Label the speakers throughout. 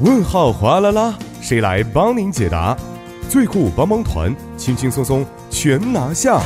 Speaker 1: 问号哗啦啦，谁来帮您解答？最酷帮帮团，轻轻松松全拿下。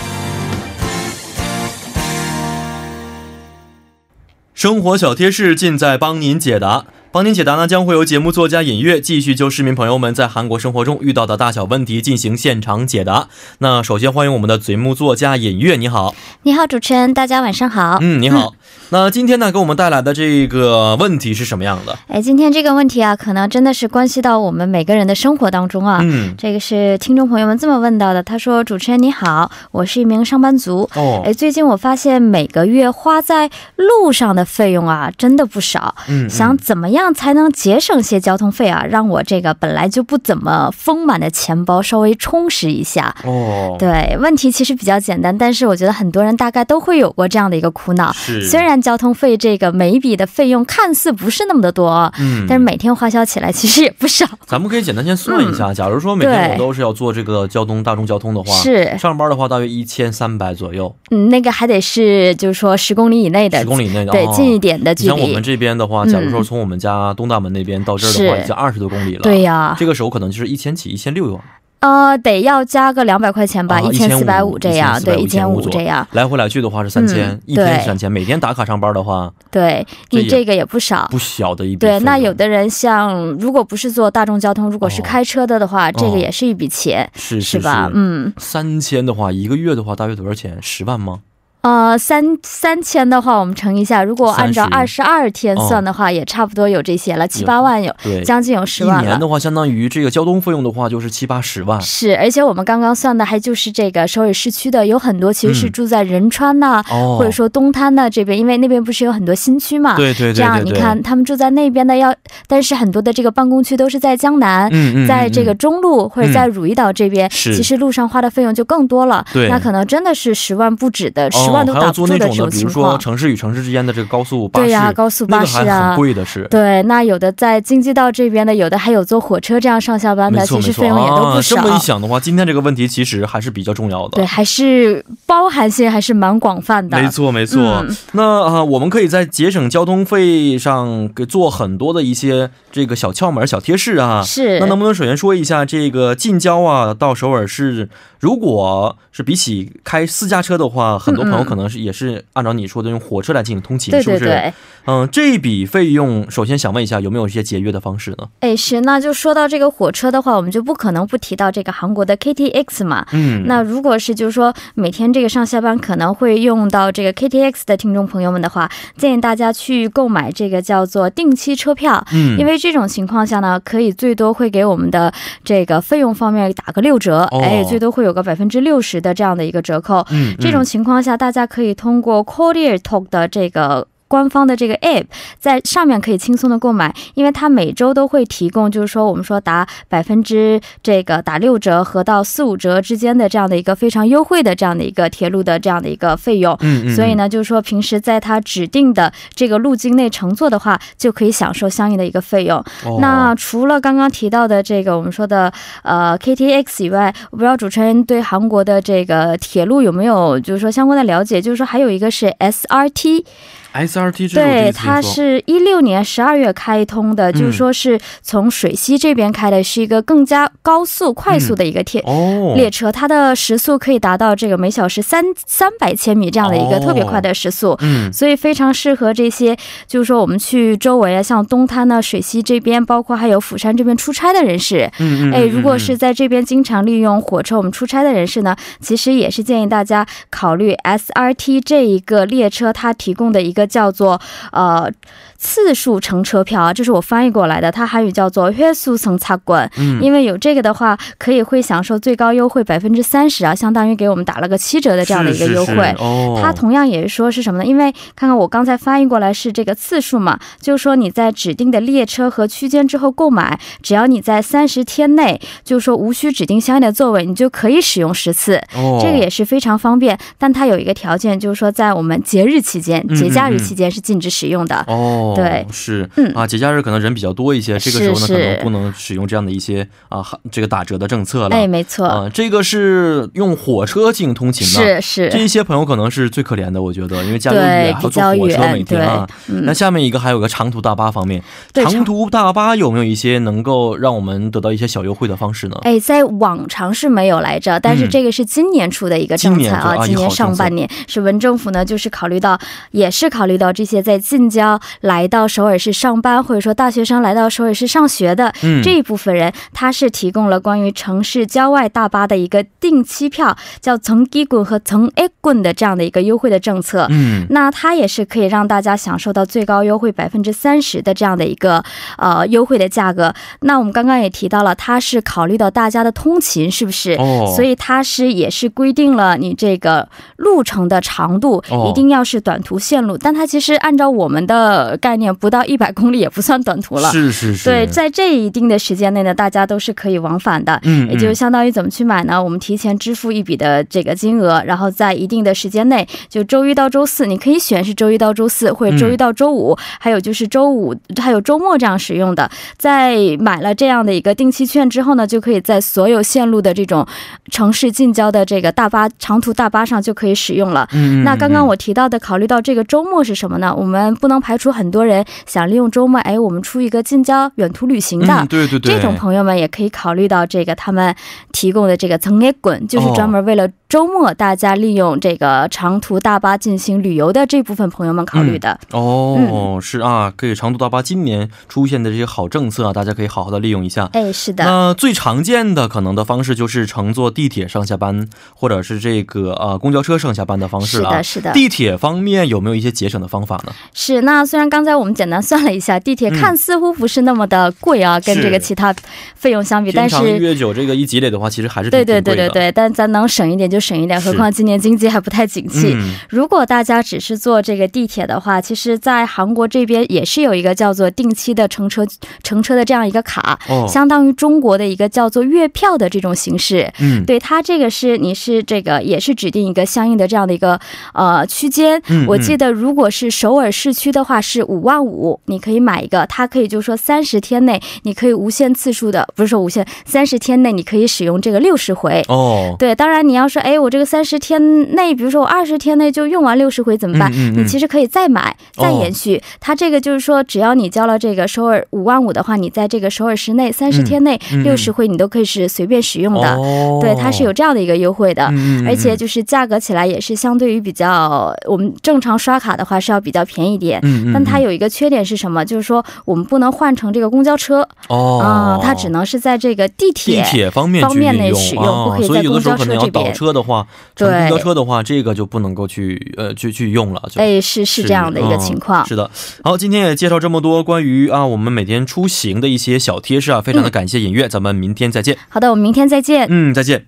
Speaker 2: 生活小贴士尽在帮您解答。帮您解答呢，将会由节目作家尹月继续就市民朋友们在韩国生活中遇到的大小问题进行现场解答。那首先欢迎我们的节目作家尹月，你好，
Speaker 3: 你好，主持人，大家晚上好。
Speaker 2: 嗯，你好。那今天呢，给我们带来的这个问题是什么样的？
Speaker 3: 哎，今天这个问题啊，可能真的是关系到我们每个人的生活当中啊。
Speaker 2: 嗯，
Speaker 3: 这个是听众朋友们这么问到的，他说：“主持人你好，我是一名上班族。
Speaker 2: 哦
Speaker 3: 哎，，最近我发现每个月花在路上的费用啊，真的不少。
Speaker 2: 嗯，嗯
Speaker 3: 想怎么样才能节省些交通费啊，让我这个本来就不怎么丰满的钱包稍微充实一下。
Speaker 2: 哦，，
Speaker 3: 对，问题其实比较简单，但是我觉得很多人大概都会有过这样的一个苦恼。
Speaker 2: 是，
Speaker 3: 虽然交通费这个每一笔的费用看似不是那么的多，
Speaker 2: 嗯，
Speaker 3: 但是每天花销起来其实也不少。
Speaker 2: 咱们可以简单先算一下，假如说每天我
Speaker 3: 嗯对
Speaker 2: 都是要坐这个交通大众交通的话，
Speaker 3: 是
Speaker 2: 上班的话大约一千三百左右，
Speaker 3: 嗯，那个还得是就是说十公里以内的，
Speaker 2: 十公里以内的，
Speaker 3: 对
Speaker 2: 哦
Speaker 3: 近一点的
Speaker 2: 你
Speaker 3: 距
Speaker 2: 像我们
Speaker 3: 离。
Speaker 2: 这边的话，
Speaker 3: 嗯
Speaker 2: 假如说从我们家东大门那边到这儿的话，
Speaker 3: 是
Speaker 2: 已经二十多公里了。
Speaker 3: 对、呀、
Speaker 2: 这个时候可能就是一千起、一千六
Speaker 3: 呃，得要加个两百块钱吧，
Speaker 2: 啊
Speaker 3: 一千四百五
Speaker 2: 1450
Speaker 3: 这样，对，一千
Speaker 2: 1500
Speaker 3: 五
Speaker 2: 左右
Speaker 3: 这样，
Speaker 2: 来回来去的话是三千、
Speaker 3: 嗯
Speaker 2: 一天
Speaker 3: 对
Speaker 2: 是三千。每天打卡上班的话，
Speaker 3: 对
Speaker 2: 这
Speaker 3: 你
Speaker 2: 也
Speaker 3: 这个也不少。
Speaker 2: 不小的一笔费
Speaker 3: 对，
Speaker 2: 用。
Speaker 3: 那有的人像如果不是坐大众交通，如果是
Speaker 2: 哦
Speaker 3: 开车的的话，这
Speaker 2: 哦
Speaker 3: 个也是一笔钱，
Speaker 2: 是
Speaker 3: 是
Speaker 2: 是
Speaker 3: 吧？
Speaker 2: 是
Speaker 3: 嗯，
Speaker 2: 三千的话，一个月的话大约多少钱？十万吗？
Speaker 3: 呃，三三千的话，我们乘一下，如果按照二
Speaker 2: 30
Speaker 3: 十二天算的话、也差不多有这些了，七八万有，
Speaker 2: 哦对，
Speaker 3: 将近有十万
Speaker 2: 一
Speaker 3: 了
Speaker 2: 年。的话，相当于这个交通费用的话就是七八十万。
Speaker 3: 是，而且我们刚刚算的还就是这个首尔市区的，有很多其实是
Speaker 2: 嗯
Speaker 3: 住在仁川呐、
Speaker 2: 哦，
Speaker 3: 或者说东滩呐这边，因为那边不是有很多新区嘛。
Speaker 2: 对对对对对，
Speaker 3: 这样你看，他们住在那边的要，但是很多的这个办公区都是在江南。
Speaker 2: 嗯，嗯嗯，
Speaker 3: 在这个
Speaker 2: 嗯
Speaker 3: 中路或者在汝矣岛这边、
Speaker 2: 是
Speaker 3: 其实路上花的费用就更多了。
Speaker 2: 对
Speaker 3: 那可能真的是十万不止的，十、
Speaker 2: 哦
Speaker 3: 万都
Speaker 2: 还
Speaker 3: 打
Speaker 2: 要坐
Speaker 3: 不
Speaker 2: 那
Speaker 3: 住的
Speaker 2: 种
Speaker 3: 这
Speaker 2: 的，
Speaker 3: 种
Speaker 2: 比
Speaker 3: 情
Speaker 2: 如
Speaker 3: 况
Speaker 2: 说。城市与城市之间的这个高速巴士，
Speaker 3: 对呀、高速巴士
Speaker 2: 那个还
Speaker 3: 啊，
Speaker 2: 很贵的是。
Speaker 3: 对，那有的在京畿道这边的，有的还有坐火车这样上下班的，
Speaker 2: 没错
Speaker 3: 其
Speaker 2: 没
Speaker 3: 实
Speaker 2: 错
Speaker 3: 费用也都
Speaker 2: 啊。
Speaker 3: 不少。
Speaker 2: 这么一想的话，今天这个问题其实还是比较重要的。
Speaker 3: 对，还是包含性还是蛮广泛的。
Speaker 2: 没错，没错。
Speaker 3: 嗯
Speaker 2: 那啊、我们可以在节省交通费上给做很多的一些这个小窍门、小贴士啊。
Speaker 3: 是
Speaker 2: 那能不能首先说一下这个近郊啊，到首尔市，如果是比起开私家车的话，很多朋友可能是也是按照你说的用火车来进行通勤，
Speaker 3: 嗯对
Speaker 2: 是
Speaker 3: 对
Speaker 2: 不是？
Speaker 3: 对，
Speaker 2: 嗯，这笔费用，首先想问一下，有没有一些节约的方式呢？
Speaker 3: 哎是，那就说到这个火车的话，我们就不可能不提到这个韩国的 KTX 嘛。
Speaker 2: 嗯，
Speaker 3: 那如果是就是说每天这个上下班可能会用到这个 KTX 的听众朋友们的话，建议大家去购买这个叫做定期车票，
Speaker 2: 嗯，
Speaker 3: 因为这种情况下呢，可以最多会给我们的这个费用方面打个六折，
Speaker 2: 哦
Speaker 3: 哎，最多会有个百分之六十的这样的一个折扣。
Speaker 2: 嗯，嗯
Speaker 3: 这种情况下，大家可以通过 Courier Talk 的这个。官方的这个 app 在上面可以轻松的购买，因为它每周都会提供，就是说我们说打百分之这个打六折和到四五折之间的这样的一个非常优惠的这样的一个铁路的这样的一个费用。
Speaker 2: 嗯嗯，
Speaker 3: 所以呢，就是说平时在它指定的这个路径内乘坐的话，就可以享受相应的一个费用。
Speaker 2: 哦，
Speaker 3: 那除了刚刚提到的这个我们说的呃 KTX 以外，我不知道主持人对韩国的这个铁路有没有就是说相关的了解？就是说还有一个是 SRT，
Speaker 2: SRT 这个我第一次听
Speaker 3: 对，它
Speaker 2: 说
Speaker 3: 是一六年十二月开通的，就是说是从水西这边开的，是一个更加高速、快速的一个铁。
Speaker 2: 哦
Speaker 3: 列车它的时速可以达到这个每小时三三百千米这样的一个
Speaker 2: 哦
Speaker 3: 特别快的时速，
Speaker 2: 嗯
Speaker 3: 所以非常适合这些，就是说我们去周围啊，像东滩呢、水西这边，包括还有釜山这边出差的人士。
Speaker 2: 嗯嗯，
Speaker 3: 哎，
Speaker 2: 嗯
Speaker 3: 如果是在这边经常利用火车我们出差的人士呢，其实也是建议大家考虑 SRT 这一个列车它提供的一个叫做呃次数乘车票啊，这是我翻译过来的，它韩语叫做月速乘차권。
Speaker 2: 嗯
Speaker 3: 因为有这个的话，可以会享受最高优惠百分之三十啊，相当于给我们打了个七折的这样的一个优惠。
Speaker 2: 是是是哦，
Speaker 3: 它同样也是说是什么呢？因为看看我刚才翻译过来是这个次数嘛，就是说你在指定的列车和区间之后购买，只要你在三十天内，就是说无需指定相应的座位，你就可以使用十次。
Speaker 2: 哦
Speaker 3: 这个也是非常方便，但它有一个条件，就是说在我们节日期间、
Speaker 2: 嗯
Speaker 3: 节假
Speaker 2: 嗯
Speaker 3: 日
Speaker 2: 嗯
Speaker 3: 期间是禁止使用的。
Speaker 2: 哦，哦，
Speaker 3: 对，
Speaker 2: 是，
Speaker 3: 嗯
Speaker 2: 啊，节假日可能人比较多一些，这个时候呢，
Speaker 3: 是
Speaker 2: 可能
Speaker 3: 是
Speaker 2: 不能使用这样的一些啊，哈这个打折的政策了。
Speaker 3: 哎，没错，
Speaker 2: 啊，这个是用火车进行通勤的。
Speaker 3: 是是，
Speaker 2: 这一些朋友可能是最可怜的，我觉得，因为家又
Speaker 3: 对
Speaker 2: 远，，还
Speaker 3: 比
Speaker 2: 要坐
Speaker 3: 较
Speaker 2: 火车每天
Speaker 3: 远，对
Speaker 2: 啊。，那
Speaker 3: 嗯，
Speaker 2: 下面一个还有个长途大巴方面，
Speaker 3: 对
Speaker 2: 长
Speaker 3: 长
Speaker 2: 途大巴有没有一些能够让我们得到一些小优惠的方式呢？
Speaker 3: 哎，在往常是没有来着，但是
Speaker 2: 嗯
Speaker 3: 这个是今年出的一个
Speaker 2: 今
Speaker 3: 政
Speaker 2: 年
Speaker 3: 策
Speaker 2: 出啊
Speaker 3: 啊，
Speaker 2: 一
Speaker 3: 今
Speaker 2: 号
Speaker 3: 年
Speaker 2: 政
Speaker 3: 上
Speaker 2: 策
Speaker 3: 半年是文政府呢，就是考虑到，也是考虑到这些在近郊来到首尔市上班，或者说大学生来到首尔市上学的
Speaker 2: 嗯，
Speaker 3: 这一部分人，他是提供了关于城市郊外大巴的一个定期票，叫层低滚和层 A 滚的这样的一个优惠的政策。
Speaker 2: 嗯，
Speaker 3: 那它也是可以让大家享受到最高优惠百分之三十的这样的一个呃优惠的价格。那我们刚刚也提到了，它是考虑到大家的通勤是不是？
Speaker 2: 哦，
Speaker 3: 所以它是也是规定了你这个路程的长度
Speaker 2: 哦
Speaker 3: 一定要是短途线路，但它其实按照我们的概念，不到一百公里也不算短途了。
Speaker 2: 是是是，
Speaker 3: 对，在这一定的时间内呢，大家都是可以往返的。
Speaker 2: 嗯，
Speaker 3: 也就是
Speaker 2: 是
Speaker 3: 相当于怎么去买呢？我们提前支付一笔的这个金额，然后在一定的时间内，就周一到周四，你可以选是周一到周四，或者周一到周
Speaker 2: 嗯
Speaker 3: 五，还有就是周五，还有周末这样使用的。在买了这样的一个定期券之后呢，就可以在所有线路的这种城市近郊的这个大巴、长途大巴上就可以使用了。
Speaker 2: 嗯，
Speaker 3: 那刚刚
Speaker 2: 我
Speaker 3: 我提到的，考虑到这个周末是什么呢？我们不能排除很多人想利用周末，哎，我们出一个近郊远途旅行的，
Speaker 2: 嗯、对对对，
Speaker 3: 这种朋友们也可以考虑到这个他们提供的这个层给滚，就是
Speaker 2: 哦
Speaker 3: 专门为了周末大家利用这个长途大巴进行旅游的这部分朋友们嗯考虑的。
Speaker 2: 哦、是啊，可以长途大巴今年出现的这些好政策啊，大家可以好好的利用一下。
Speaker 3: 哎，是的，
Speaker 2: 那最常见的可能的方式就是乘坐地铁上下班，或者是这个呃公交车上下班的方式
Speaker 3: 是
Speaker 2: 了、啊
Speaker 3: 的，。是的，
Speaker 2: 地铁方面有没有一些节省的方法呢？
Speaker 3: 是。那虽然刚才我们简单算了一下，地铁
Speaker 2: 嗯
Speaker 3: 看似乎不是那么的贵啊，跟
Speaker 2: 是
Speaker 3: 这个其他费用相比，
Speaker 2: 平
Speaker 3: 但
Speaker 2: 常一
Speaker 3: 是。
Speaker 2: 月九这个一积累的话，其实还是挺
Speaker 3: 对对对
Speaker 2: 挺贵
Speaker 3: 对
Speaker 2: 的
Speaker 3: 对，但咱能省一点就省一点，
Speaker 2: 是
Speaker 3: 何况今年经济还不太景气。
Speaker 2: 嗯
Speaker 3: 如果大家只是坐这个地铁的话，其实，在韩国这边也是有一个叫做定期的乘车乘车的这样一个卡，
Speaker 2: 哦，
Speaker 3: 相当于中国的一个叫做月票的这种形式。
Speaker 2: 嗯，
Speaker 3: 对它这个是你是这个也是指定一个相应的这样的一个呃区间
Speaker 2: 嗯，
Speaker 3: 我记得如果是首尔市区的话是五万五，你可以买一个，它可以就是说三十天内你可以无限次数的，不是说无限，三十天内你可以使用这个六十回。
Speaker 2: 哦，
Speaker 3: 对，当然你要说，哎，我这个三十天内，比如说我二十天内就用完六十回怎么
Speaker 2: 嗯
Speaker 3: 办？
Speaker 2: 嗯嗯
Speaker 3: 你其实可以再买，再
Speaker 2: 哦
Speaker 3: 延续。它这个就是说，只要你交了这个首尔五万五的话，你在这个首尔市内三十
Speaker 2: 嗯
Speaker 3: 天内
Speaker 2: 嗯
Speaker 3: 六十回你都可以是随便使用的。
Speaker 2: 哦、
Speaker 3: 对，它是有这样的一个优惠的。
Speaker 2: 嗯，嗯嗯
Speaker 3: 而且就是价格起来也是相对于比较，我们正常刷卡的话是要比较便宜一点，
Speaker 2: 嗯嗯，
Speaker 3: 但它
Speaker 2: 有
Speaker 3: 有一个缺点是什么？就是说我们不能换成这个公交车
Speaker 2: 哦、
Speaker 3: 啊、它只能是在这个地
Speaker 2: 地
Speaker 3: 铁
Speaker 2: 铁方面
Speaker 3: 方
Speaker 2: 去
Speaker 3: 面
Speaker 2: 利
Speaker 3: 内
Speaker 2: 用
Speaker 3: 使用
Speaker 2: 啊，
Speaker 3: 不可以
Speaker 2: 所以
Speaker 3: 在
Speaker 2: 有的时候可
Speaker 3: 公交
Speaker 2: 能
Speaker 3: 车
Speaker 2: 要
Speaker 3: 这边
Speaker 2: 倒车的话，乘
Speaker 3: 对
Speaker 2: 公交车的话，这个就不能够去呃去去用了，就。
Speaker 3: 哎，是是这样的一个
Speaker 2: 嗯
Speaker 3: 情况。
Speaker 2: 是的，好，今天也介绍这么多关于啊我们每天出行的一些小贴士啊，非
Speaker 3: 嗯
Speaker 2: 常的感谢尹月，咱们明天再见。
Speaker 3: 好的，我们明天再见。
Speaker 2: 嗯，再见。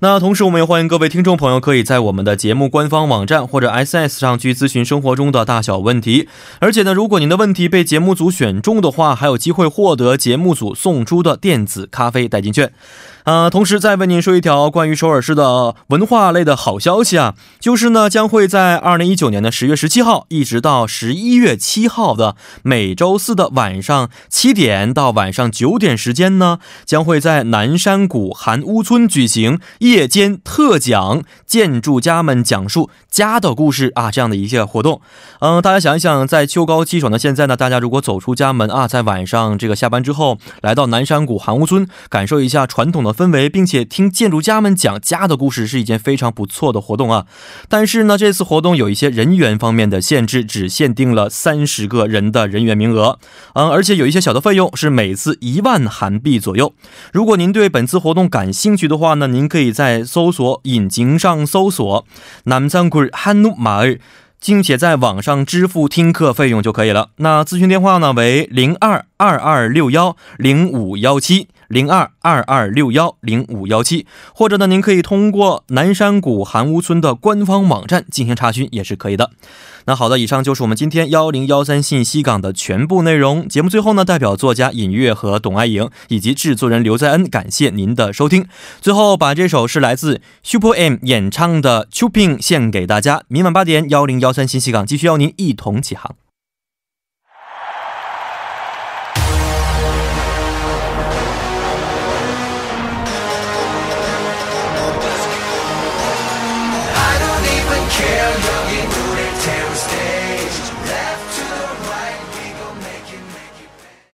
Speaker 2: 那同时，我们也欢迎各位听众朋友可以在我们的节目官方网站或者 SS 上去咨询生活中的大小问题。而且呢，如果您的问题被节目组选中的话，还有机会获得节目组送出的电子咖啡代金券。呃，同时再为您说一条关于首尔市的文化类的好消息啊，就是呢，将会在二零一九年的十月十七号一直到十一月七号的每周四的晚上七点到晚上九点时间呢，将会在南山谷韩屋村举行夜间特讲，建筑家们讲述家的故事啊这样的一些活动。嗯，大家想一想，在秋高气爽的现在呢，大家如果走出家门啊，在晚上这个下班之后，来到南山谷韩屋村，感受一下传统的氛围，并且听建筑家们讲家的故事，是一件非常不错的活动啊。但是呢，这次活动有一些人员方面的限制，只限定了三十个人的人员名额。嗯，而且有一些小的费用是每次一万韩币左右。如果您对本次活动感兴趣的话呢，您可以在搜索引擎上搜索“南山굴汉努马尔”。并且在网上支付听课费用就可以了。那咨询电话呢为零二二二六幺零五幺七零二二二六幺零五幺七，或者呢您可以通过南山谷韩屋村的官方网站进行查询也是可以的。那好的，以上就是我们今天幺零幺三信息港的全部内容。节目最后呢，代表作家尹月和董爱颖以及制作人刘在恩，感谢您的收听。最后把这首是来自 Super M 演唱的《Chuping》献给大家。明晚八点幺零幺三信息港继续要您一同起航。
Speaker 4: care now.